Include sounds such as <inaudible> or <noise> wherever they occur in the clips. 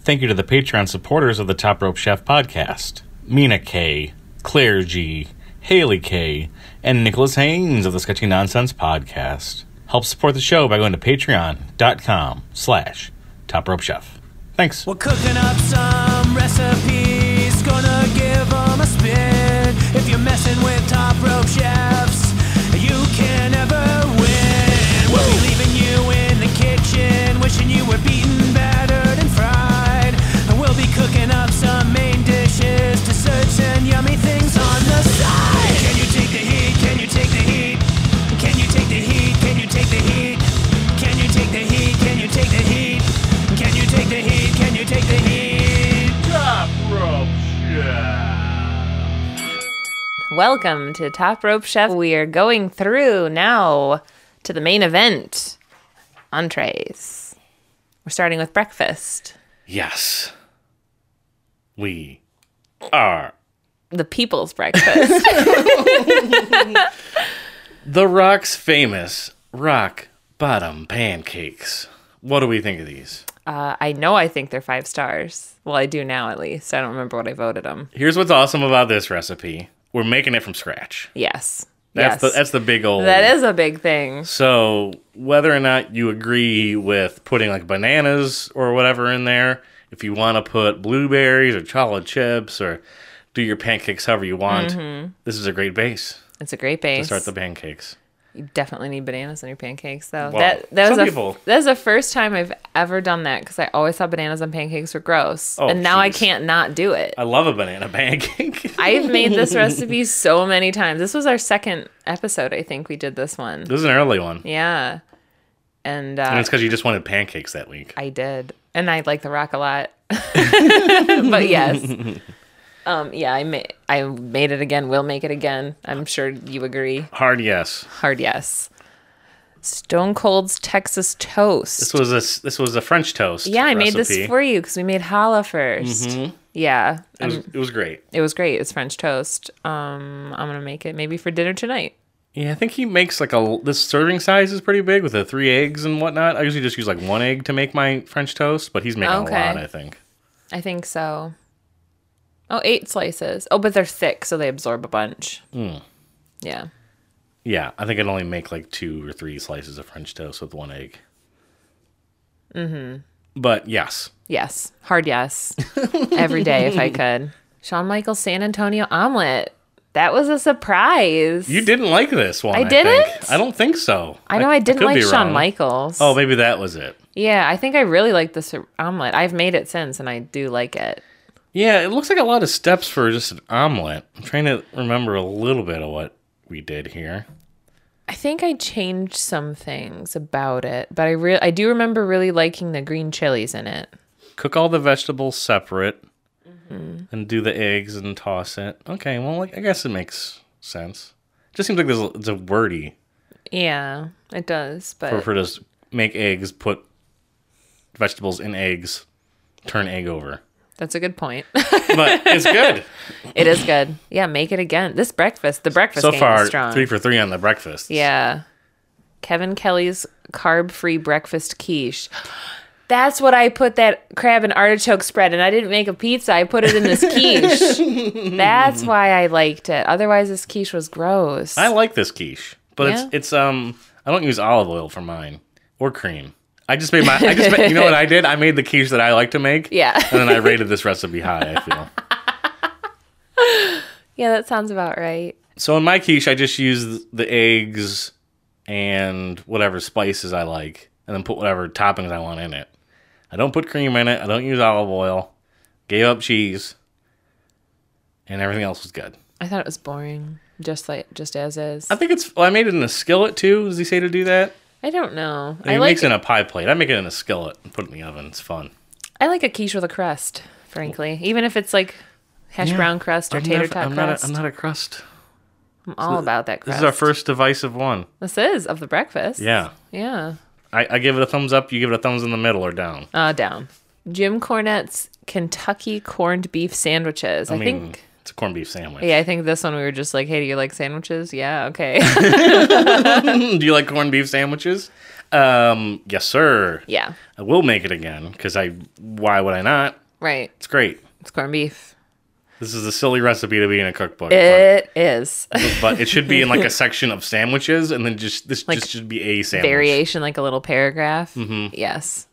Thank you to the Patreon supporters of the Top Rope Chef podcast Mina K, Claire G, Haley K, and Nicholas Haynes of the Sketchy Nonsense podcast. Help support the show by going to patreon.com slash top rope chef. Thanks. We're cooking up some recipes, gonna give 'em a spin. If you're messing with top rope chefs, you can never win. We'll be leaving you in the kitchen, wishing you were beaten, battered, and fried. And we'll be cooking up some main dishes, desserts, and yummy things on the side. Can you take the heat? Can you take the heat? Can you take the heat? Can you take the heat? Can you take the heat? Can you take the heat? Can you take the heat? Can you take the heat? Welcome to Top Rope Chef. We are going through now to the main event entrees. We're starting with breakfast. Yes. We are The <laughs> people's breakfast. The Rock's famous rock bottom pancakes. What do we think of these? uh, I know I think they're five stars. Well, I do now at least. I don't remember what I voted them. Here's what's awesome about this recipe. We're making it from scratch. Yes. That's yes. the that's the big old that is a big thing. So whether or not you agree with putting like bananas or whatever in there, if you want to put blueberries or chocolate chips or do your pancakes however you want, this is a great base Mm-hmm. It's a great base. to start the pancakes. You definitely need bananas on your pancakes, though. Well, that that some was a, people- that was the first time I've ever done that because I always thought bananas on pancakes were gross, Oh, and now I jeez. can't not do it. I love a banana <laughs> pancake. I've made <laughs> this recipe so many times. This was our second episode, I think we did this one. this is an early one. Yeah. And, uh, And it's because you just wanted pancakes that week. I did. And I like the rock <laughs> a lot. but yes. Um, yeah, I made I made it again. We'll make it again. I'm sure you agree. Hard yes. Hard yes. Stone Cold's Texas Toast. This was a s- this was a French toast. yeah, I made this recipe. Mm-hmm. for you because we made challah 1st Yeah, It was, it was great. it was great. It's French toast. Um, I'm gonna make it maybe for dinner tonight. Yeah, I think he makes like a this serving size is pretty big with the three eggs and whatnot. I usually just use like one egg to make my French toast, but he's making Okay. a lot. I think. I think so. Oh, eight slices. Oh, but they're thick, so they absorb a bunch. Hmm. Yeah. Yeah, I think I'd only make like two or three slices of French toast with one egg. Mm-hmm. But yes, Yes. <laughs> Hard yes. Every day if I could. Shawn Michaels San Antonio omelet. That was a surprise. you didn't like this one. I I didn't? Think. I don't think so. I know I, didn't could like be Shawn wrong. Michaels. Oh, maybe that was it. yeah. I think I really like this omelet. I've made it since and I do like it. Yeah, it looks like a lot of steps for just an omelet. I'm trying to remember a little bit of what we did here. I think I changed some things about it, but I re- I do remember really liking the green chilies in it. cook all the vegetables separate Mm-hmm. and do the eggs and toss it. Okay, well, like, I guess it makes sense. Just seems like there's a, it's a wordy Yeah, it does. But for, for just make eggs, put vegetables in eggs, turn egg over. that's a good point. <laughs> But it's good It is good. Yeah, make it again. This breakfast, the breakfast so game far. is strong. Three for three on the breakfast. yeah. Kevin Kelly's carb-free breakfast quiche. That's what I put that crab and artichoke spread and I didn't make a pizza. I put it in this quiche. <laughs> That's why I liked it. Otherwise this quiche was gross. I like this quiche, but Yeah. it's it's um I don't use olive oil for mine or cream. I just made my I just made, you know <laughs> what I did? I made the quiche that I like to make. Yeah. And then I rated <laughs> this recipe high, I feel. yeah, that sounds about right. So in my quiche, I just use the eggs and whatever spices I like, and then put whatever toppings I want in it. I don't put cream in it. I don't use olive oil. Gave up cheese, and everything else was good. I thought it was boring. Just like just as is. I think it's. Well, I made it in a skillet too. Does he say to do that? I don't know. He I like makes it in a pie plate. I make it in a skillet and put it in the oven. It's fun. I like a quiche with a crust, frankly. Even if it's like hash brown crust or I'm tater never- tot I'm not. crust. A, I'm not a crust. I'm all about that This crust. is our first divisive one. This is of the breakfast. Yeah. Yeah. I, I give it a thumbs up. You give it a thumbs in the middle or down. Uh, down. Jim Cornette's Kentucky corned beef sandwiches. I, I mean, think. it's a corned beef sandwich. Yeah, I think this one we were just like, hey, do you like sandwiches? Yeah, okay. <laughs> Do you like corned beef sandwiches? Um, yes, sir. Yeah. I will make it again because I. Why would I not? Right. It's great. It's corned beef. This is a silly recipe to be in a cookbook, It is. but, <laughs> but it should be in <laughs> like a section of sandwiches, and then just this just should be a sandwich. Variation, like a little paragraph. Yes.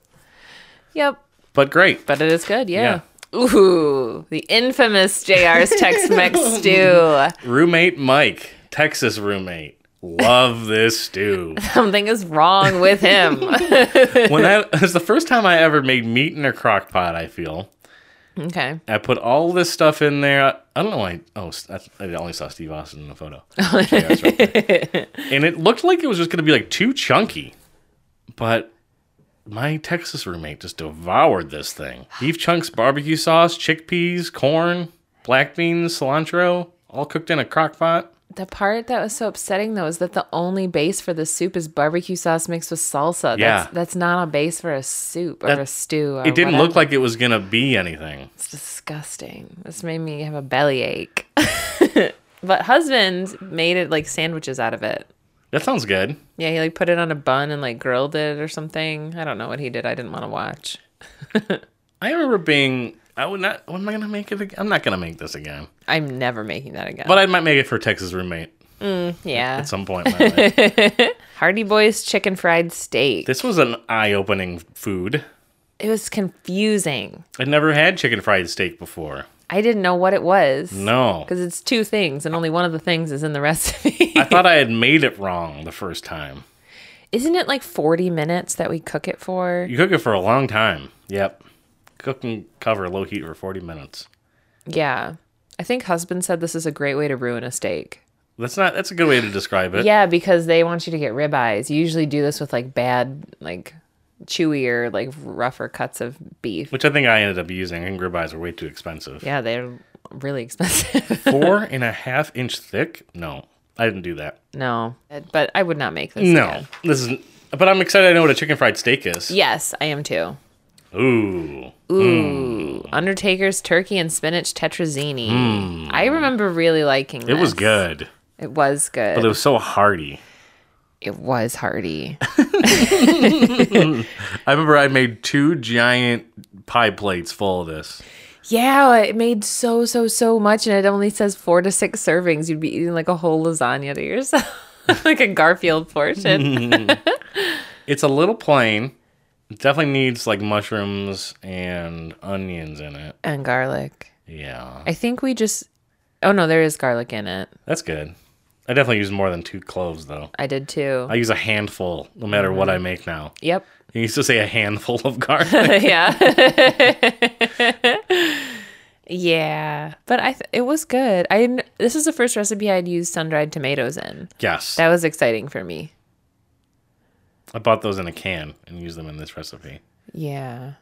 Yep. But great. But it is good. Yeah. Ooh, the infamous JR's Tex Mex stew. Roommate Mike, Texas roommate. Love this <laughs> stew. Something is wrong with him. When that <laughs> it's the first time I ever made meat in a crock pot, I feel. okay. I put all this stuff in there. I don't know why. Oh, that's, I only saw Steve Austin in the photo. Yeah, that's right. and it looked like it was just going to be like too chunky. But my Texas roommate just devoured this thing beef chunks, barbecue sauce, chickpeas, corn, black beans, cilantro, all cooked in a crock pot. The part that was so upsetting though is that the only base for the soup is barbecue sauce mixed with salsa. Yeah. That's, that's not a base for a soup or That- a stew. Or It didn't whatever. look like it was going to be anything. It's disgusting. This made me have a bellyache. <laughs> but husband made it like sandwiches out of it. That sounds good. Yeah, he like put it on a bun and like grilled it or something. I don't know what he did. I didn't want to watch. I remember being. I would not. Am I gonna make it? Again? I'm not gonna make this again. I'm never making that again. But I might make it for Texas roommate yeah. at some point. in my life. Hardy Boys chicken fried steak. this was an eye-opening food. it was confusing. I'd never had chicken fried steak before. I didn't know what it was. No, Because it's two things, and only one of the things is in the <laughs> recipe. I thought I had made it wrong the first time. Isn't it like 40 minutes that we cook it for? You cook it for a long time. Yep, cook and cover low heat for 40 minutes. Yeah. I think husband said this is a great way to ruin a steak. That's not. That's a good way to describe it. Yeah, because they want you to get ribeyes. You usually do this with like bad, like chewier, like rougher cuts of beef. Which I think I ended up using. I think ribeyes are way too expensive. Yeah, <laughs> they're really expensive. <laughs> Four and a half inch thick? No, I didn't do that. no, but I would not make this. No, again. this is. But I'm excited. I know what a chicken fried steak is. Yes, I am too. Ooh, Ooh, Undertaker's turkey and spinach tetrazzini. I remember really liking. Hmm. it was this. good, It was good. but it was so hearty. It was hearty. I remember I made two giant pie plates full of this. yeah, it made so so so much, and it only says four to six servings. You'd be eating like a whole lasagna to yourself, <laughs> like a Garfield <laughs> portion. It's a little plain. It definitely needs like mushrooms and onions in it. and garlic. Yeah, I think we just. Oh no, there is garlic in it. that's good. I definitely use more than two cloves though. I did too. I use a handful, no matter what I make now. yep. <laughs> You used to say a handful of garlic. yeah. <laughs> yeah, but I th- it was good. I n- this is the first recipe I'd used sun dried tomatoes in. yes, That was exciting for me. I bought those in a can and used them in this recipe. Yeah,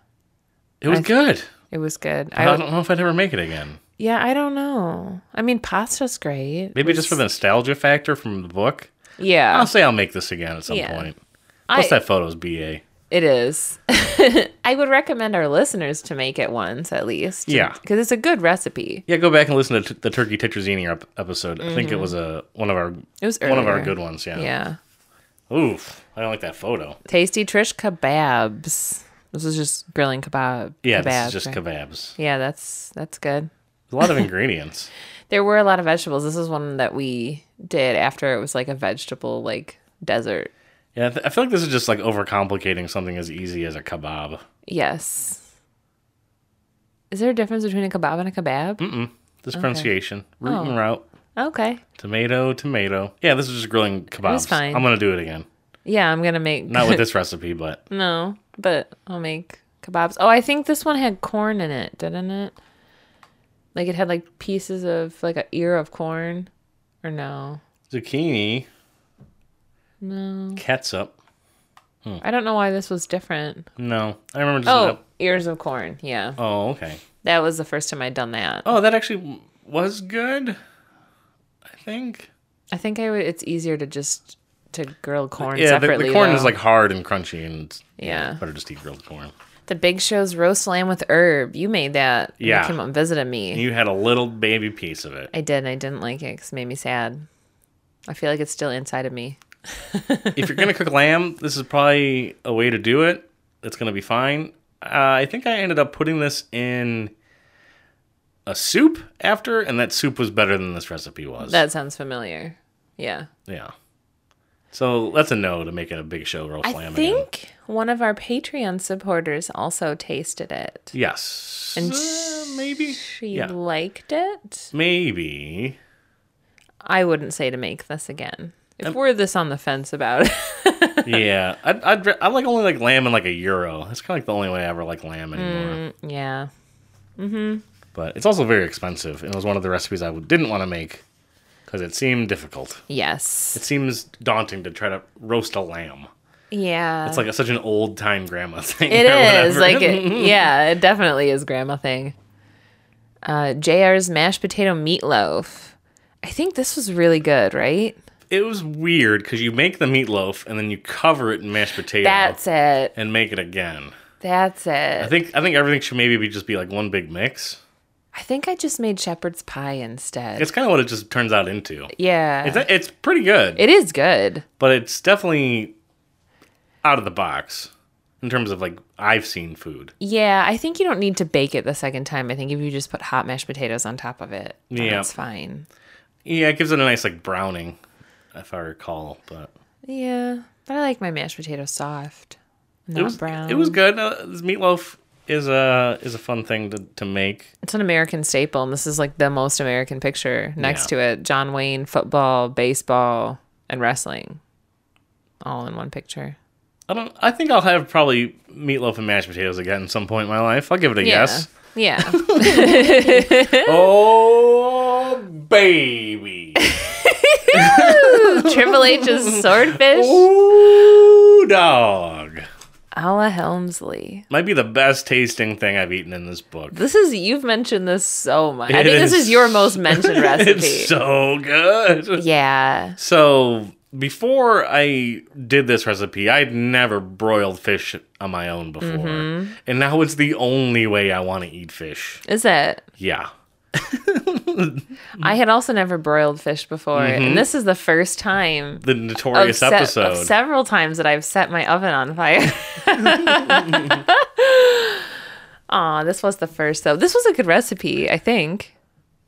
It was good. it was good. I <laughs> I would- don't know if I'd ever make it again. yeah, I don't know. I mean, pasta's great. Maybe just for the nostalgia factor from the book. Yeah, I'll say I'll make this again at some Yeah. point. I- Plus, that photo's BA. it is. <laughs> I would recommend our listeners to make it once at least. Yeah. because it's a good recipe. Yeah, go back and listen to t- the Turkey Tetrazzini ep- episode. I think it Mm-hmm. was a one of our It was one of our earlier. good ones. Yeah. Yeah, Oof, I don't like that photo. tasty Trish kebabs. This is just grilling kebab. Yeah, this kebabs, is just right? kebabs. Yeah, that's that's good. A lot of <laughs> ingredients. There were a lot of vegetables. This is one that we did after it was like a vegetable like desert. Yeah, I, th- I feel like this is just like overcomplicating something as easy as a kebab. Yes. Is there a difference between a kebab and a kebab? This pronunciation, root Oh. and route, Okay. tomato, tomato. Yeah, this is just grilling kebabs. fine. I'm gonna do it again. Yeah, I'm gonna make Not with <laughs> this recipe, but no, but I'll make kebabs. Oh, I think this one had corn in it, didn't it? Like it had like pieces of like an ear of corn, or no? zucchini, No, ketchup. Oh. I don't know why this was different. No, I remember just. Oh, ears of corn. Yeah, Oh, okay. that was the first time I'd done that. Oh, that actually w- was good. I think. I think I would. It's easier to just to grill corn Uh, Yeah, the, separately. the corn is though. like hard and crunchy, and it's Yeah. better just eat grilled corn. the Big Show's roast lamb with herb. You made that. when Yeah. you came up and visited me. You had a little baby piece of it. I did. and I didn't like it because it made me sad. I feel like it's still inside of me. if you're gonna cook lamb, this is probably a way to do it. It's gonna be fine. Uh, I think I ended up putting this in a soup after, and that soup was better than this recipe was. That sounds familiar. Yeah. yeah. So that's a no to making a big show roast I lamb. again. think one of our Patreon supporters also tasted it. Yes. And Uh, maybe. She yeah. liked it. Maybe. I wouldn't say to make this again. If we're this on the fence about it. <laughs> yeah. <laughs> I'd, I'd, re- I like only like lamb in like a euro. That's kind of like the only way I ever like lamb Hmm. anymore. yeah. But it's also very expensive. And it was one of the recipes I didn't want to make because it seemed difficult. Yes. It seems daunting to try to roast a lamb. Yeah. It's like a, such an old time grandma <laughs> thing. It or is whatever. <laughs> like it, yeah, it definitely is grandma thing. Uh, Jr's mashed potato meatloaf. I think this was really good, right? It was weird because you make the meatloaf and then you cover it in mashed potato That's it. and make it again. That's it. I think I think everything should maybe be just be like one big mix. I think I just made shepherd's pie instead. It's kind of what it just turns out into. yeah, It's it's pretty good, it is good. but it's definitely out of the box in terms of like I've seen food. Yeah, I think you don't need to bake it the second time. I think if you just put hot mashed potatoes on top of it, then Yeah. it's fine. Yeah, it gives it a nice like browning, if I recall. But Yeah, but I like my mashed potatoes soft, not it was brown. it was good. Uh, this meatloaf is a is a fun thing to, to make. It's an American staple, and this is like the most American picture next Yeah. to it. John Wayne, football, baseball, and wrestling, all in one picture. I don't. I think I'll have probably meatloaf and mashed potatoes again at some point in my life. I'll give it a <laughs> yes. Yeah. Yeah. Oh <laughs> baby. Triple H's swordfish. Ooh dog. Alla Helmsley. Might be the best tasting thing I've eaten in this book. This is you've mentioned this so much. I It think this is- is your most mentioned <laughs> recipe. It's so good. yeah. So before I did this recipe, I'd never broiled fish on my own before, Mm-hmm. and now it's the only way I want to eat fish. Is it? Yeah. Mm. I had also never broiled fish before, and this is the first time Mm-hmm. The of, notorious se- of episode. several times that I've set my oven on <laughs> fire. Aw, this was the first though. This was a good recipe, I think.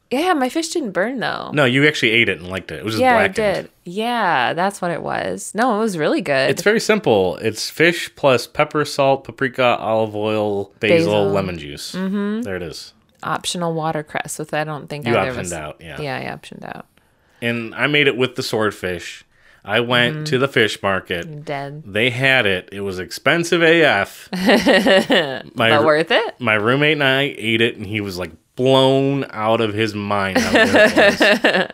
Yeah, my fish didn't burn though. no, you actually ate it and liked it. It was just yeah, I blackened. did. Yeah, that's what it was. No, it was really good. It's very simple. It's fish plus pepper, salt, paprika, olive oil, basil, Basil. lemon juice. Mm-hmm. There it is. Optional watercress, with I don't think You either optioned of us. out, yeah. yeah, I optioned out. And I made it with the swordfish. I went Mm-hmm. to the fish market. Dead, They had it. It was expensive AF. my, <laughs> but worth it. my roommate and I ate it, and he was like blown out of his mind. How good it <laughs> was.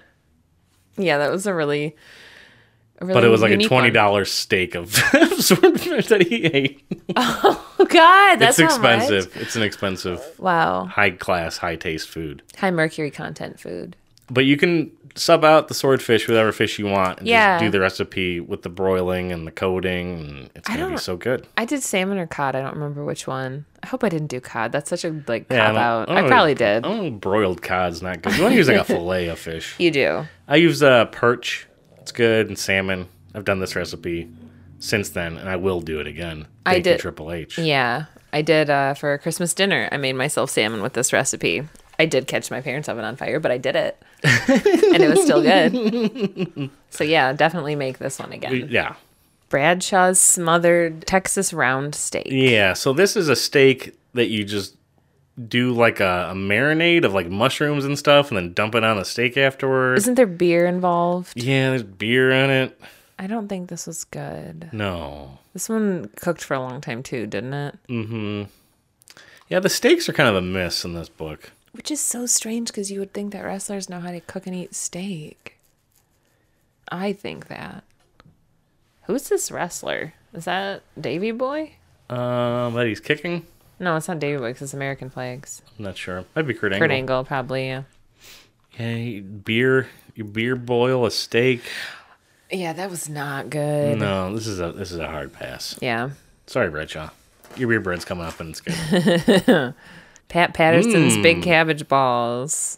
Yeah, that was a really, a really But it was like a unique one. twenty dollars steak of <laughs> swordfish that he ate. Oh God, that's it's how much? expensive. It's an expensive, Wow, high class, high taste food. high mercury content food. But you can sub out the swordfish, whatever fish you want, and Yeah. just do the recipe with the broiling and the coating, and it's gonna be don't- so good. I did salmon or cod. I don't remember which one. I hope I didn't do cod. That's such a like Yeah, cop don't- out. don't I really- probably did. I don't know, broiled cod's not good. You want to <laughs> use like a fillet of fish. You do. I use uh, perch. It's good and salmon. I've done this recipe since then, and I will do it again. I Thank you, did- Triple H. Yeah, I did uh, for Christmas dinner. I made myself salmon with this recipe. I did catch my parents' oven on fire, but I <laughs> did it, and it was still good. So yeah, definitely make this one again. Yeah. Bradshaw's smothered Texas round steak. Yeah. So this is a steak that you just do like a, a marinade of like mushrooms and stuff, and then dump it on the steak afterwards. Isn't there beer involved? yeah, there's beer in it. I don't think this was good. No. This one cooked for a long time too, didn't it? Yeah, the steaks are kind of a miss in this book. Which is so strange because you would think that wrestlers know how to cook and eat steak. I think that. Who's this wrestler? Is that Davy Boy? Um, that he's kicking. No, it's not Davy Boy 'cause it's American flags. I'm not sure. Might be Kurt Angle. Kurt Angle, probably. Yeah. Hey, beer. You beer boil a steak. yeah, that was not good. No, this is a this is a hard pass. Mm. Yeah. Sorry, Bradshaw. Your beer bread's coming up and it's good. Pat Patterson's Big Cabbage Balls.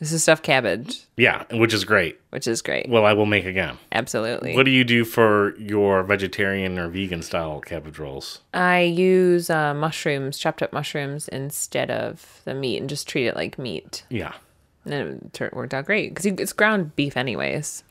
This is stuffed cabbage, <laughs> Yeah, which is great. which is great. Well, I will make again. Absolutely. What do you do for your vegetarian or vegan style cabbage rolls? I use uh, mushrooms, chopped up mushrooms, instead of the meat and just treat it like meat. Yeah. And it tur- worked out great because it's ground beef, anyways.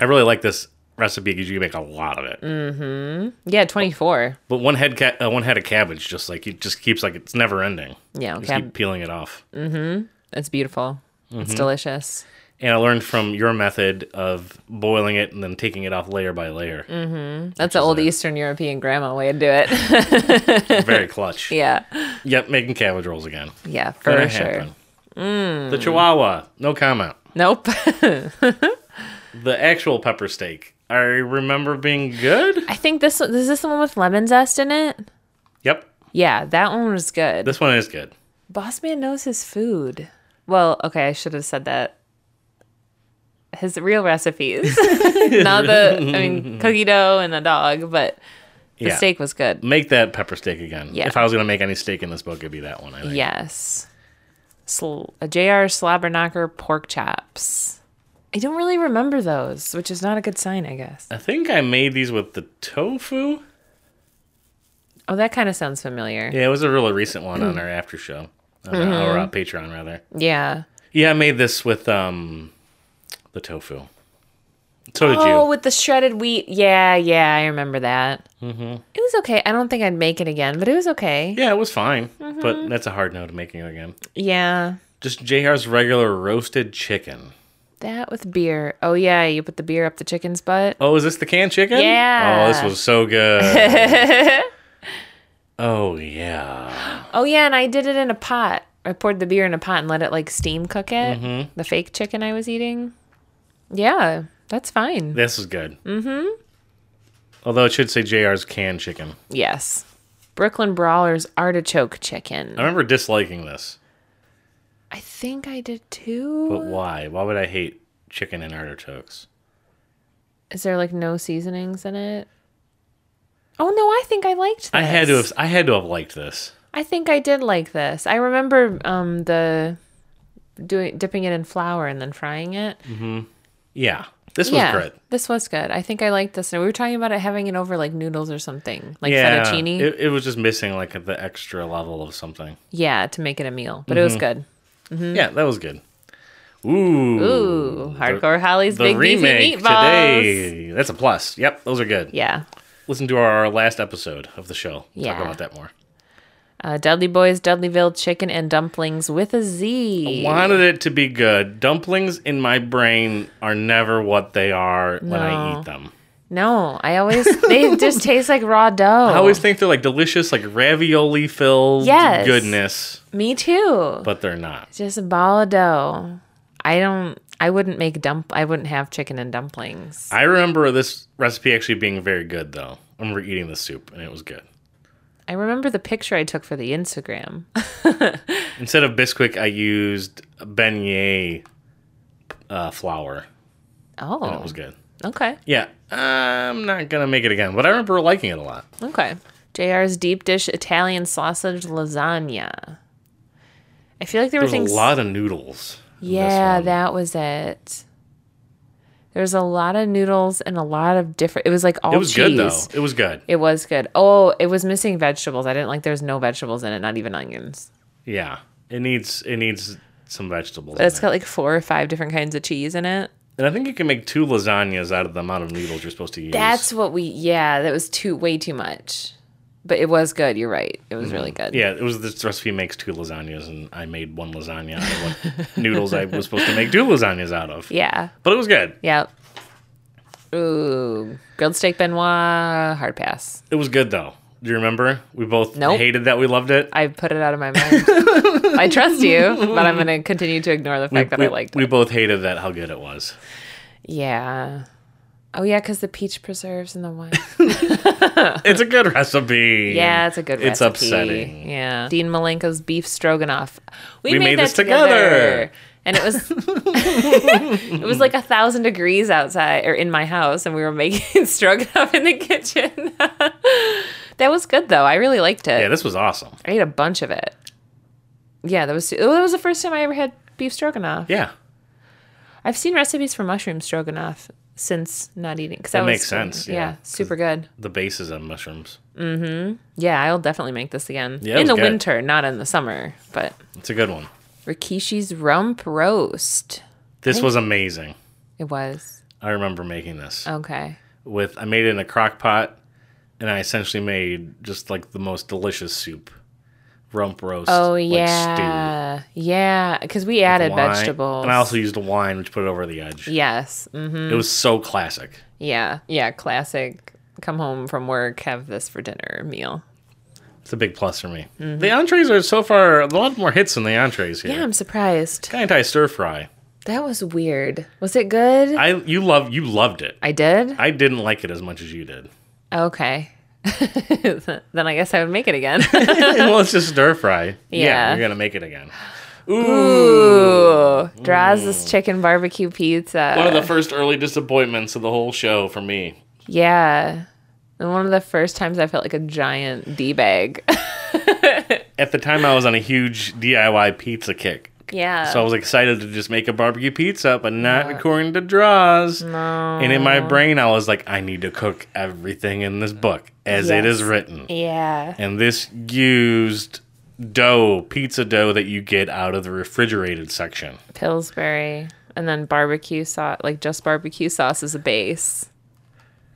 I really like this recipe because you can make a lot of it. Mm. Yeah, 24. But one head ca- uh, one head of cabbage just like it just keeps like it's never ending. Yeah, Just cab- Mm. keep peeling it off. it's beautiful. It's delicious. And I learned from your method of boiling it and then taking it off layer by layer. Mm. That's the old Eastern European grandma way to do it. <laughs> Very clutch. yeah. Yep, making cabbage rolls again. Yeah, Gonna for sure. Mm. happen. The Chihuahua, no comment. Nope. <laughs> The actual pepper steak, I remember being good. I think this is this the one with lemon zest in it? Yep, Yeah, that one was good. this one is good. Boss man knows his food. Well, okay, I should have said that. His real <laughs> recipes, not the I mean cookie dough and the dog, but the Yeah. steak was good. Make that pepper steak again. Yeah. If I was gonna make any steak in this book, it'd be that one. I think. Yes, Sl- uh, a Jr. Slobberknocker pork chops. I don't really remember those, which is not a good sign, I guess. I think I made these with the tofu. Oh, that kind of sounds familiar. Yeah. Yeah, it was a really recent one on our after show, on Mm-hmm. our, or uh, Patreon rather. Yeah, I made this with um, the tofu. So did Oh, you? with the shredded wheat. Yeah, yeah, I remember that. Mm-hmm. It was okay. I don't think I'd make it again, but it was okay. Yeah, it was fine, Mm-hmm. but that's a hard no to making it again. yeah. Just Jr's regular roasted chicken. That with beer. Oh yeah, you put the beer up the chicken's butt. Oh, is this the canned chicken? Yeah. Oh, this was so good. <laughs> oh yeah. Oh yeah, and I did it in a pot. I poured the beer in a pot and let it like steam cook it. Mm-hmm. The fake chicken I was eating. Yeah, that's fine. This is good. Mm-hmm. Although it should say Jr's canned chicken. Yes. Brooklyn Brawler's artichoke chicken. I remember disliking this, I think I did too. but why? Why would I hate chicken and artichokes? Is there like no seasonings in it? Oh no, I think I liked this. I had to have. I had to have liked this. I think I did like this. I remember um the doing dipping it in flour and then frying it. Yeah, this was great. This was good. I think I liked this. And we were talking about it having it over like noodles or something, like yeah, fettuccine. It, it was just missing like the extra level of something. yeah, to make it a meal. But it was Mm-hmm. good. Yeah, that was good. Ooh, Mm-hmm. Ooh, Hardcore Holly's the Big remake Beefy Meatballs. today. That's a plus. Yep, those are good. Yeah. Listen to our last episode of the show. Yeah. Talk about that more. Uh, Dudley Boys, Dudleyville Chicken and Dumplings with a Z. Wanted it to be good. Dumplings in my brain are never what they are when I No. eat them. No, I always, <laughs> they just taste like raw dough. I always think they're like delicious, like ravioli filled Yes. goodness, Me too. but they're not. Just a ball of dough. I don't, I wouldn't make dump, I wouldn't have chicken and dumplings. I remember this recipe actually being very good though. I remember eating the soup and it was good. I remember the picture I took for the Instagram. <laughs> Instead of Bisquick, I used beignet uh, flour. It Oh, was good. okay. Yeah, I'm not gonna make it again, but I remember liking it a lot. Okay. JR's deep dish Italian sausage lasagna. I feel like there, There was were things. a lot of noodles. in this yeah, one. that was it. There was a lot of noodles and a lot of different. It was like all It was cheese. good though. It was good. It was good. Oh, it was missing vegetables. I didn't like. There's no vegetables in it, not even onions. Yeah, it needs it needs some vegetables. But in it's it. got like four or five different kinds of cheese in it. And I think you can make two lasagnas out of the amount of noodles you're supposed to use. That's what we. Yeah, that was too way too much. But it was good. You're right. It was really good. Mm-hmm. yeah. It was this recipe makes two lasagnas, and I made one lasagna out of what <laughs> noodles I was supposed to make two lasagnas out of. Yeah. But it was good. Yep. Ooh, grilled steak Benoit, hard pass. It was good though. Do you remember? We both Nope. hated that we loved it. I put it out of my mind. I trust you, but I'm going to continue to ignore the fact that we, I liked we it. both hated that how good it was. Yeah. Oh yeah, because the peach preserves and the wine. It's a good <laughs> recipe. Yeah, it's a good. It's recipe. upsetting. Yeah, Dean Malenko's beef stroganoff. We, We made made, that this together. together. and it was <laughs> it was like a thousand degrees outside or in my house, and we were making <laughs> stroganoff in the kitchen. <laughs> that was good though. I really liked it. Yeah, this was awesome. I ate a bunch of it. Yeah, that was it was the first time I ever had beef stroganoff. Yeah, I've seen recipes for mushroom stroganoff since not eating. Cause that That was- makes sense, yeah, 'cause- super good. the base is on mushrooms. Yeah, I'll definitely make this again Yeah, it in was the good. winter, not in the summer. But It's a good one. Rikishi's rump roast. This was amazing. It was I remember making this okay. with I made it in a crock pot, and I essentially made just like the most delicious soup, rump roast. Oh like, yeah, yeah. Because we added wine, vegetables. and I also used wine, which put it over the edge. yes, hmm It was so classic. yeah, yeah. Classic. Come home from work, have this for dinner meal. It's a big plus for me. The entrees are so far a lot more hits than the entrees here. Mm-hmm. Yeah, I'm surprised. Anti stir fry. That was weird. Was it good? I, I you love you loved it. did. I didn't like it as much as you did. <laughs> okay. <laughs> then I guess I would make <laughs> it again. <laughs> well, it's just stir fry. Yeah. Yeah. you're gonna make it again. Ooh, Draz's chicken barbecue pizza. Mm. One of the first early disappointments of the whole show for me. yeah. And one of the first times I felt like a giant d <laughs> bag. At the time, I was on a huge DIY pizza kick, yeah. so I was excited to just make a barbecue pizza, but not according to draws. No. And in my brain, I was like, I need to cook everything in this book as it is Yes. written. yeah. and this used dough, pizza dough that you get out of the refrigerated section. Pillsbury, and then barbecue sauce, like just barbecue sauce as a base.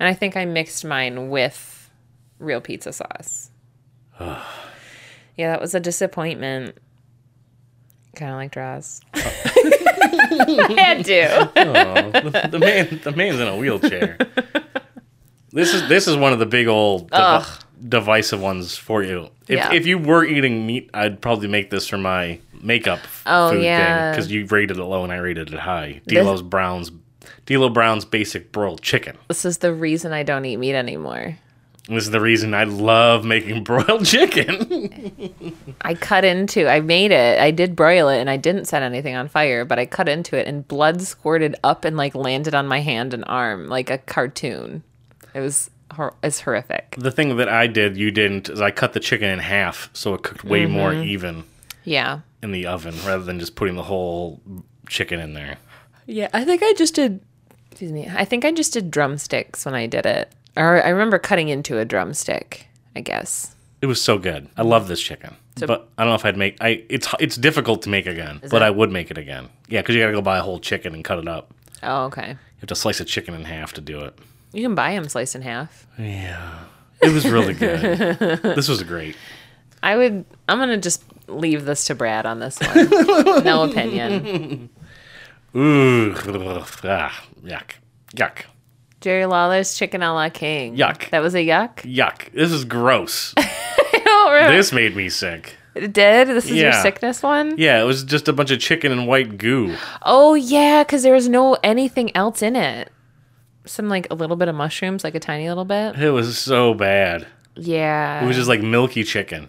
And I think I mixed mine with real pizza sauce. yeah, that was a disappointment. Kind of like Draws. <laughs> I had to. the man, the man's in a wheelchair. this is this is one of the big old devi- Ugh. divisive ones for you. If Yeah. if you were eating meat, I'd probably make this for my makeup f- Oh, food yeah. thing because you rated it low and I rated it high. This- D'Lo's Brown's D'Lo Brown's basic broiled chicken. This is the reason I don't eat meat anymore. And this is the reason I love making <laughs> broiled chicken. I cut into, I made it. I did broil it and I didn't set anything on fire, but I cut into it and blood squirted up and like landed on my hand and arm like a cartoon. It was hor- it's horrific. the thing that I did, you didn't, is I cut the chicken in half so it cooked way more Mm-hmm. even. Yeah. in the oven rather than just putting the whole chicken in there. Yeah, I think I just did excuse me. I think I just did drumsticks when I did it. Or I remember cutting into a drumstick, I guess. It was so good. I love this chicken. but I don't know if I'd make I it's it's difficult to make again, but it? I would make it again. Yeah, cuz you got to go buy a whole chicken and cut it up. Oh, okay. You have to slice a chicken in half to do it. You can buy them sliced in half. Yeah. It was really good. this was great. I would I'm going to just leave this to Brad on this one. <laughs> no opinion. Ooh. Ah, yuck. Yuck. Jerry Lawler's chicken a la king. Yuck. That was a yuck. Yuck. This is gross. <laughs> don't remember. this made me sick. Oh, It did? This is your Yeah. sickness one? Yeah, it was just a bunch of chicken and white goo. Oh, yeah, because there was no anything else in it. Some, like, a little bit of mushrooms, like a tiny little bit. It was so bad. Yeah. It was just like milky chicken.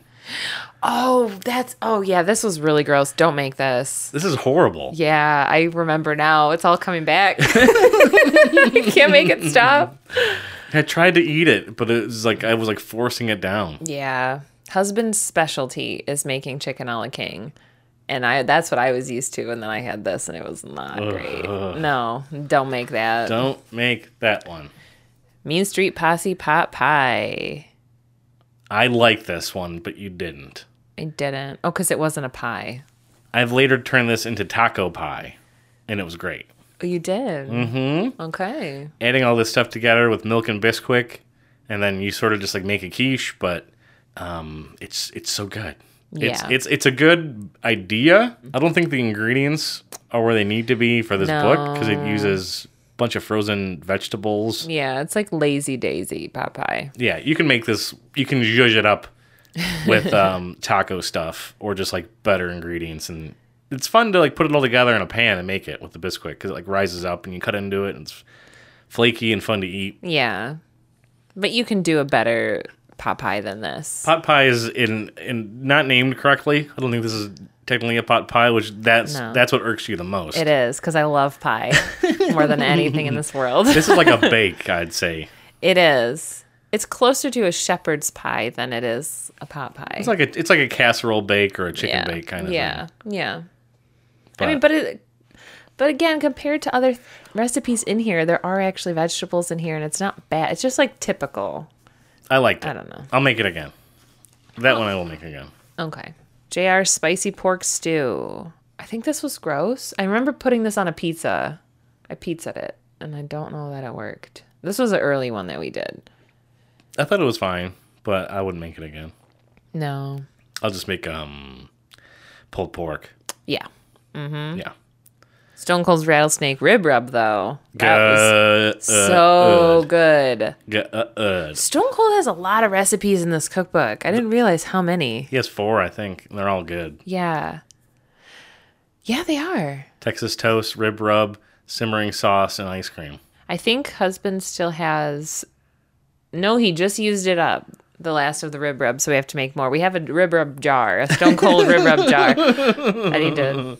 oh, that's, oh, yeah, this was really gross. Don't make this. This is horrible. Yeah, I remember now. It's all coming back. <laughs> you can't make it stop. I tried to eat it, but it was like I was like forcing it down. Yeah. Husband's specialty is making chicken a la king. And I that's what I was used to. And then I had this, and it was not great. No, don't make <laughs> that. Don't make that one. Mean Street Posse Pot Pie. I like this one, but you didn't. I didn't. Oh, because it wasn't a pie. I've later turned this into taco pie, and it was great. Oh, you did? Mm-hmm. Okay. Adding all this stuff together with milk and Bisquick, and then you sort of just like make a quiche, but um, it's it's so good. It's, Yeah. it's it's a good idea. I don't think the ingredients are where they need to be for this book because it uses a bunch of frozen vegetables. Yeah, it's like Lazy Daisy pot pie. yeah, you can make this. You can zhuzh it up <laughs> with um, taco stuff or just like better ingredients, and it's fun to like put it all together in a pan and make it with the Bisquick because it like rises up and you cut into it and it's flaky and fun to eat. Yeah. But you can do a better pot pie than this. Pot pie is in in not named correctly. I don't think this is technically a pot pie, which that's No. that's what irks you the most. it is, because I love pie more than anything in this world. This is like a bake, I'd say. <laughs> it is. It's closer to a shepherd's pie than it is a pot pie. It's like a it's like a casserole bake or a chicken bake kind of yeah. Yeah. But, I mean, but it, but again, compared to other th- recipes in here, there are actually vegetables in here, and it's not bad. It's just like typical. I liked it. I don't know. I'll make it again. That one I will make again. Okay. JR spicy pork stew. I think this was gross. I remember putting this on a pizza. I pizzaed it, and I don't know that it worked. This was an early one that we did. I thought it was fine, but I wouldn't make it again. No. I'll just make um pulled pork. Yeah. Mm-hmm. Yeah. Stone Cold's rattlesnake rib rub though. That was Good. so good. Good. Uh, uh. Stone Cold has a lot of recipes in this cookbook. I didn't realize how many. He has four, I think. and They're all good. Yeah. Yeah, they are. Texas toast, rib rub, simmering sauce, and ice cream. I think husband still has. No, he just used it up. The last of the rib rub, so we have to make more. We have a rib rub jar, a stone cold rib rub jar. I need to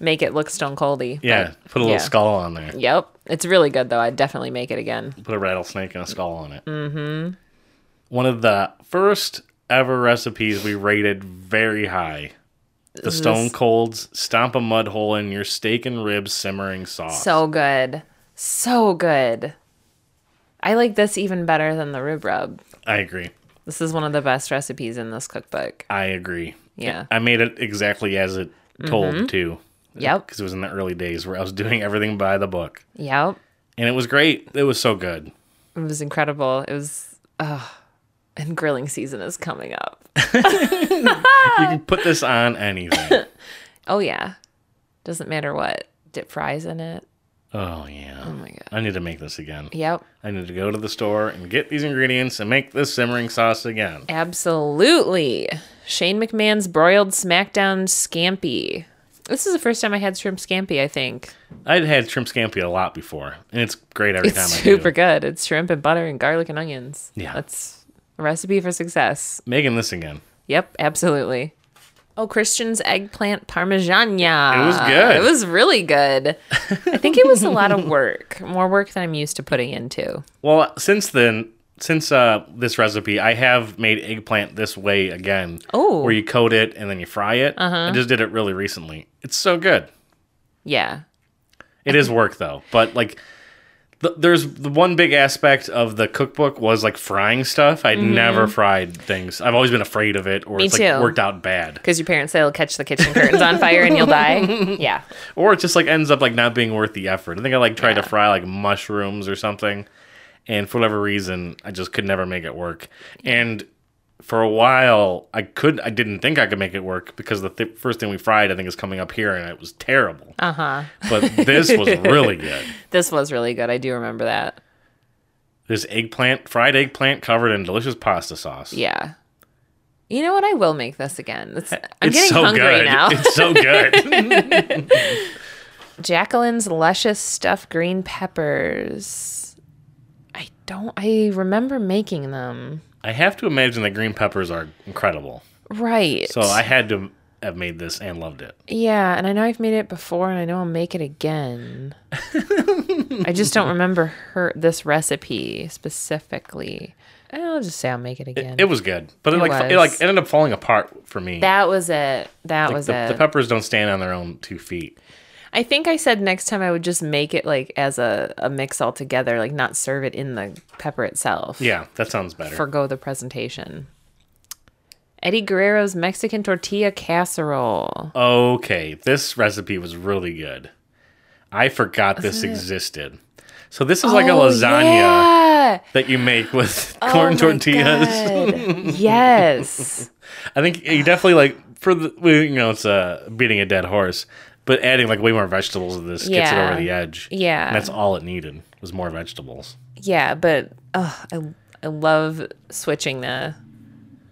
make it look stone coldy. but- Yeah. Put a little yeah. skull on there. Yep, it's really good though. I'd definitely make it again. Put a rattlesnake and a skull on it. Mm-hmm. One of the first ever recipes we rated very high. The Stone Cold's stomp a mud hole in your steak and ribs simmering sauce. So good, so good. I like this even better than the rib rub. I agree. This is one of the best recipes in this cookbook. I agree. Yeah. I made it exactly as it Mm-hmm. told too. Yep. Because it was in the early days where I was doing everything by the book. Yep. And it was great. It was so good. It was incredible. It was, ugh. and grilling season is coming up. You can put this on <laughs> anything. Oh yeah, doesn't matter what. Dip fries in it. oh, yeah. Oh, my God. I need to make this again. Yep, I need to go to the store and get these ingredients and make this simmering sauce again. absolutely. Shane McMahon's broiled SmackDown scampi. This is the first time I had shrimp scampi. I think I'd had shrimp scampi a lot before, and it's great every time it's I do. super good. It's shrimp and butter and garlic and onions. Yeah. that's a recipe for success. Making this again. Yep, absolutely. Oh, Christian's eggplant parmigiana. It was good. It was <laughs> really good. I think it was a lot of work, more work than I'm used to putting into. Well, since then, since uh, this recipe, I have made eggplant this way again. Oh. where you coat it and then you fry it. Uh-huh. I just did it really recently. It's so good. Yeah. It is work though, but like. th- There's the one big aspect of the cookbook was like frying stuff. I'd never fried things. I've always been afraid of it, or Mm-hmm. Me it's like too. worked out bad, Because your parents say it'll catch the kitchen curtains on fire and you'll <laughs> die. Yeah. or it just like ends up like not being worth the effort. I think I like tried to fry like mushrooms or something, and for whatever reason, I just could never make it work. And for a while, I could, I didn't think I could make it work because the th- first thing we fried, I think, is coming up here, and it was terrible. Uh huh. Uh-huh. But this <laughs> was really good. This was really good. I do remember that. This eggplant, fried eggplant covered in delicious pasta sauce. Yeah. You know what? I will make this again. It's, I'm it's getting so hungry good. now. <laughs> It's so <laughs> good. Jacqueline's luscious stuffed green peppers. I don't, I remember making them. I have to imagine that green peppers are incredible. Right. So I had to have made this and loved it. Yeah, and I know I've made it before, and I know I'll make it again. I just <laughs> don't remember her this recipe specifically. I'll just say I'll make it again. It was good, but it, It like it was. like ended up falling apart for me. that was it. That Like, was the, it. the peppers don't stand on their own two feet. I think I said next time I would just make it like as a, a mix all together, like not serve it in the pepper itself. Yeah, that sounds better. Forgo the presentation. Eddie Guerrero's Mexican tortilla casserole. okay, this recipe was really good. I forgot this existed. So this is like a Oh, lasagna yeah. that you make with corn Oh my tortillas. <laughs> God. yes. I think you definitely like for the well, you know it's uh, beating a dead horse, but adding like way more vegetables to this gets it Yeah. over the edge. Yeah. And that's all it needed was more vegetables. Yeah, but ugh, I I love switching the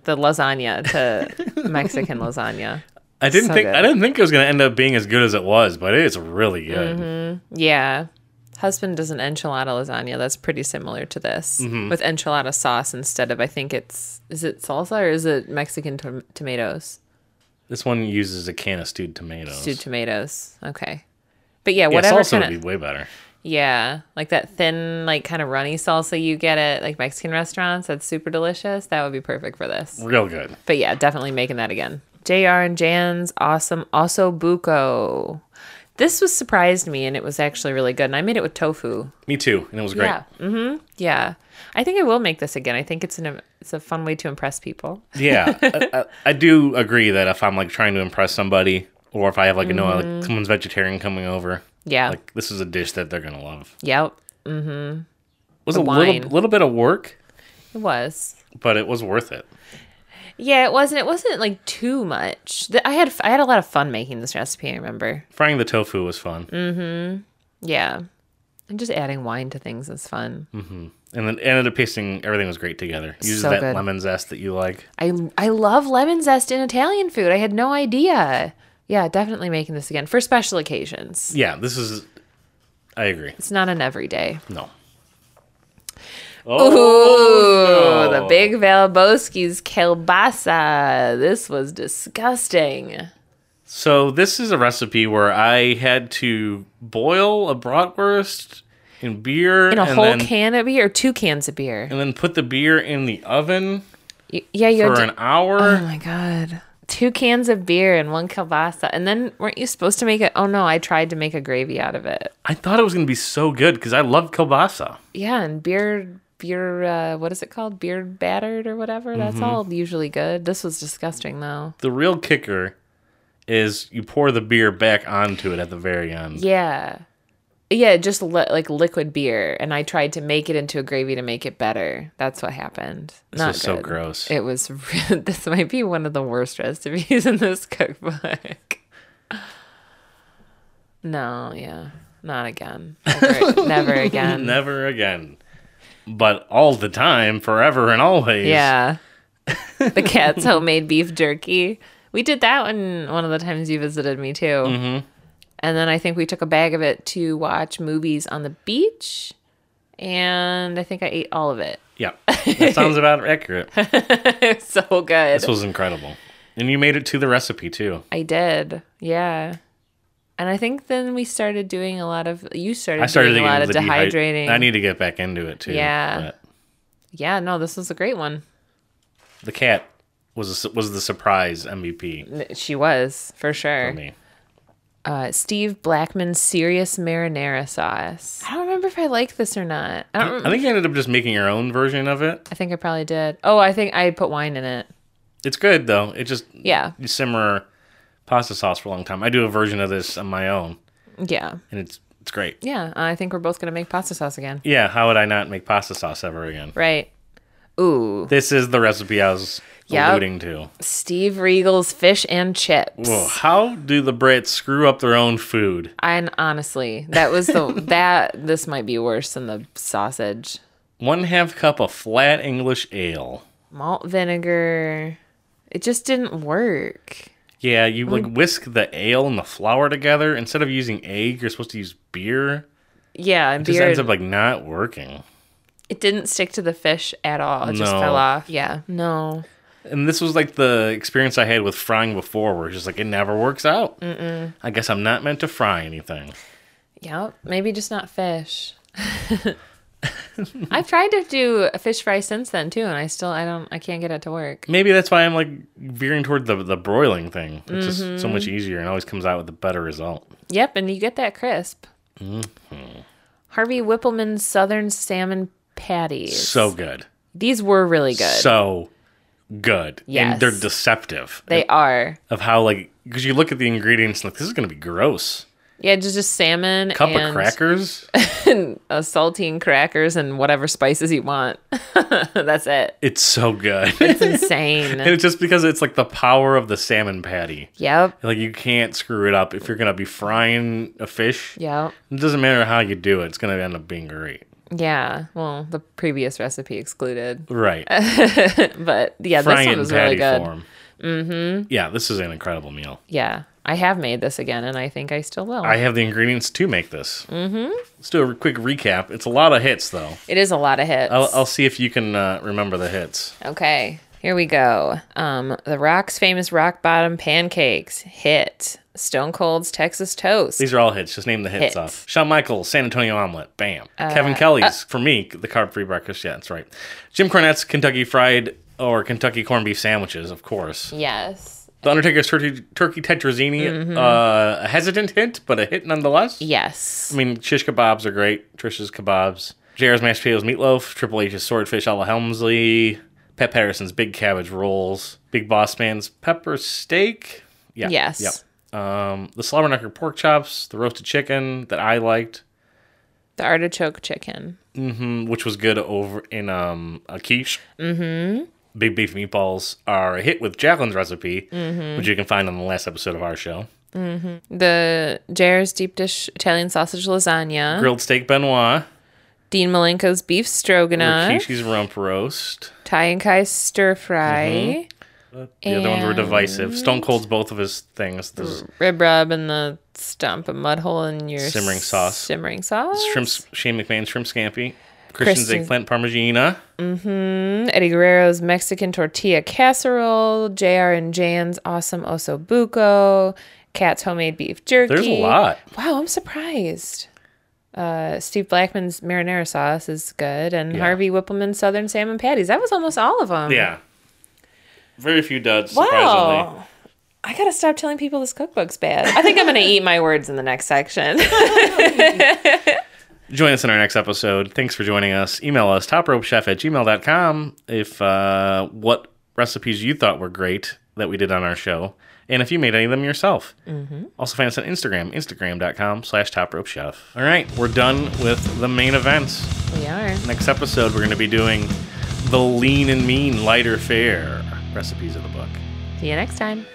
the lasagna to <laughs> Mexican lasagna. I didn't So think I good. didn't think it was going to end up being as good as it was, but it's really good. Mm-hmm. Yeah. Husband does an enchilada lasagna that's pretty similar to this Mm-hmm. with enchilada sauce instead of I think it's is it salsa or is it Mexican tom- tomatoes? This one uses a can of stewed tomatoes. Stewed tomatoes. Okay. But yeah, yeah, whatever salsa kind would of be way better. yeah, like that thin, like kind of runny salsa you get at like Mexican restaurants. That's super delicious. That would be perfect for this. Real good. But yeah, definitely making that again. JR and Jan's awesome. Also Buko. This was surprised me and it was actually really good. And I made it with tofu. Me too, and it was great. Yeah. Mm-hmm. Yeah. I think I will make this again. I think it's an it's a fun way to impress people. <laughs> Yeah, I, I, I do agree that if I'm like trying to impress somebody, or if I have like you know Mm-hmm. like someone's vegetarian coming over, Yeah. like this is a dish that they're gonna love. yep. It was The a little wine. little bit of work, It was. but it was worth it. Yeah, it wasn't. It wasn't like too much. The- I had I had a lot of fun making this recipe. I remember. Frying the tofu was fun, Mm. Yeah, and just adding wine to things is fun. Hmm. and then ended up pasting everything was great together. Uses So that good. lemon zest that you like. I I love lemon zest in Italian food. I had no idea. Yeah, definitely making this again for special occasions. Yeah, this is. I agree. It's not an everyday. No. Oh, the big Valboski's kielbasa. This was disgusting. So this is a recipe where I had to boil a bratwurst in beer In a and whole then, can of beer, or two cans of beer. and then put the beer in the oven Y- Yeah, you had for to- an hour. Oh my god. Two cans of beer and one kielbasa. And then weren't you supposed to make it? Oh no, I tried to make a gravy out of it. I thought it was going to be so good because I love kielbasa. Yeah, and beer beer uh, what is it called? Beer battered or whatever. That's Mm-hmm. all usually good. This was disgusting though. The real kicker is you pour the beer back onto it at the very end. Yeah. Yeah, just li- like liquid beer and I tried to make it into a gravy to make it better. That's what happened. This Not was so good. gross. It was <laughs> re- this might be one of the worst recipes in this cookbook. No, yeah. Not again. Never, never again. Never again. But all the time, forever and always. Yeah. The cat's homemade beef jerky. We did that one one of the times you visited me too. And then I think we took a bag of it to watch movies on the beach. And I think I ate all of it. <laughs> Yeah. That sounds about accurate. It's so good. This was incredible. And you made it to the recipe too. I did. Yeah. And I think then we started doing a lot of you started, I started doing thinking a lot of the dehy- dehydrating. I need to get back into it too. Yeah. but yeah, no, this was a great one. the cat was a, su- was the surprise MVP She was, for sure. for me. uh, Steve Blackman's serious marinara sauce. I don't remember if I like this or not. I, don't, I think you ended up just making your own version of it. I think I probably did. Oh, I think I put wine in it. It's good though. It just Yeah, you simmer pasta sauce for a long time. I do a version of this on my own, yeah, and it's it's great. yeah. I think we're both gonna make pasta sauce again, Yeah, how would I not make pasta sauce ever again? right? Ooh, This is the recipe I was Yep. alluding to. Steve Regal's fish and chips. Whoa, how do the Brits screw up their own food? And honestly, that was the that this might be worse than the sausage. One half cup of flat English ale. Malt vinegar. It just didn't work. Yeah, you like Mm. whisk the ale and the flour together. Instead of using egg, you're supposed to use beer. Yeah, and It just beer. ends up like not working. it didn't stick to the fish at all. It just No. fell off. Yeah, no. And this was like the experience I had with frying before, where it's just like it never works out. Mm-mm. I guess I'm not meant to fry anything. Yep. Maybe just not fish. <laughs> I've tried to do a fish fry since then too, and I still I don't I can't get it to work. Maybe that's why I'm like veering toward the the broiling thing. It's just so much Mm-hmm. easier and always comes out with a better result. Yep, and you get that crisp. Mm-hmm. Harvey Whippleman's Southern Salmon Patties. So good, these were really good. so good. Yes. and they're deceptive they are. of how like because you look at the ingredients and like this is gonna be gross. Yeah, just just salmon, Cup and of <laughs> crackers. uh, saltine crackers, and whatever spices you want. <laughs> That's it. it's so good. It's insane. And <laughs> it's just because it's like the power of the salmon patty. yep. Like you can't screw it up if you're gonna be frying a fish. Yep. It doesn't matter how you do it; it's gonna end up being great. Yeah. Well, the previous recipe excluded, <laughs> Right, but yeah, this frying one it in was patty really good. form. Mm-hmm. Yeah, this is an incredible meal. Yeah, I have made this again, and I think I still will. I have the ingredients to make this. Mm-hmm. Let's do a quick recap. It's a lot of hits, though. it is a lot of hits. I'll, I'll see if you can uh, remember the hits. okay, here we go. Um, the Rock's famous rock bottom pancakes hit. Stone Cold's Texas toast. These are all hits. Just name the hits, Hits. Uh, off. Shawn Michaels, San Antonio Omelette. Bam. Kevin Kelly's, for me, the carb free breakfast. Yeah, that's right. Jim Cornette's Kentucky Fried or Kentucky Corned Beef Sandwiches, of course. yes, The Undertaker's turkey, turkey tetrazzini, uh, a hesitant hit, but a hit nonetheless. Mm-hmm. Yes. I mean, shish kebabs are great. Trish's kebabs. JR's mashed potatoes meatloaf. Triple H's swordfish a la Helmsley. Pat Patterson's big cabbage rolls. Big Boss Man's pepper steak. Yeah. Yes. Yep. Um, the slobberknocker pork chops. The roasted chicken that I liked, The artichoke chicken. mm, which was good over in um, a quiche. Mm-hmm. Big beef meatballs are a hit with Jacqueline's recipe, Mm-hmm. which you can find on the last episode of our show. The Jair's deep dish Italian sausage lasagna. Grilled steak Benoit. Dean Malenko's beef stroganoff. Rikishi's rump roast. Ty and Kai's stir fry. Mm-hmm. The other ones were And- divisive. Stone Cold's both of his things. There's Rib rub and the stomp a mud hole in your Simmering sauce. Simmering sauce. shrimp, Shane McMahon's shrimp scampi, Christian's Christian- eggplant parmigiana, Eddie Guerrero's Mexican tortilla casserole, JR and Jan's awesome oso buco, Cat's homemade beef jerky. There's a lot. Wow, I'm surprised. Uh, Steve Blackman's marinara sauce is good, and Harvey Whippleman's southern salmon patties. That was almost all of them. Yeah. Very few duds, surprisingly. Wow. I gotta stop telling people this cookbook's bad. I think I'm gonna eat my words in the next section. Join us in our next episode. Thanks for joining us. Email us, topropechef at gmail.com, if uh, what recipes you thought were great that we did on our show, and if you made any of them yourself. Also find us on Instagram, instagram.com slash topropechef. All right, we're done with the main events. <laughs> we are. Next episode, we're going to be doing the lean and mean lighter fare recipes of the book. See you next time.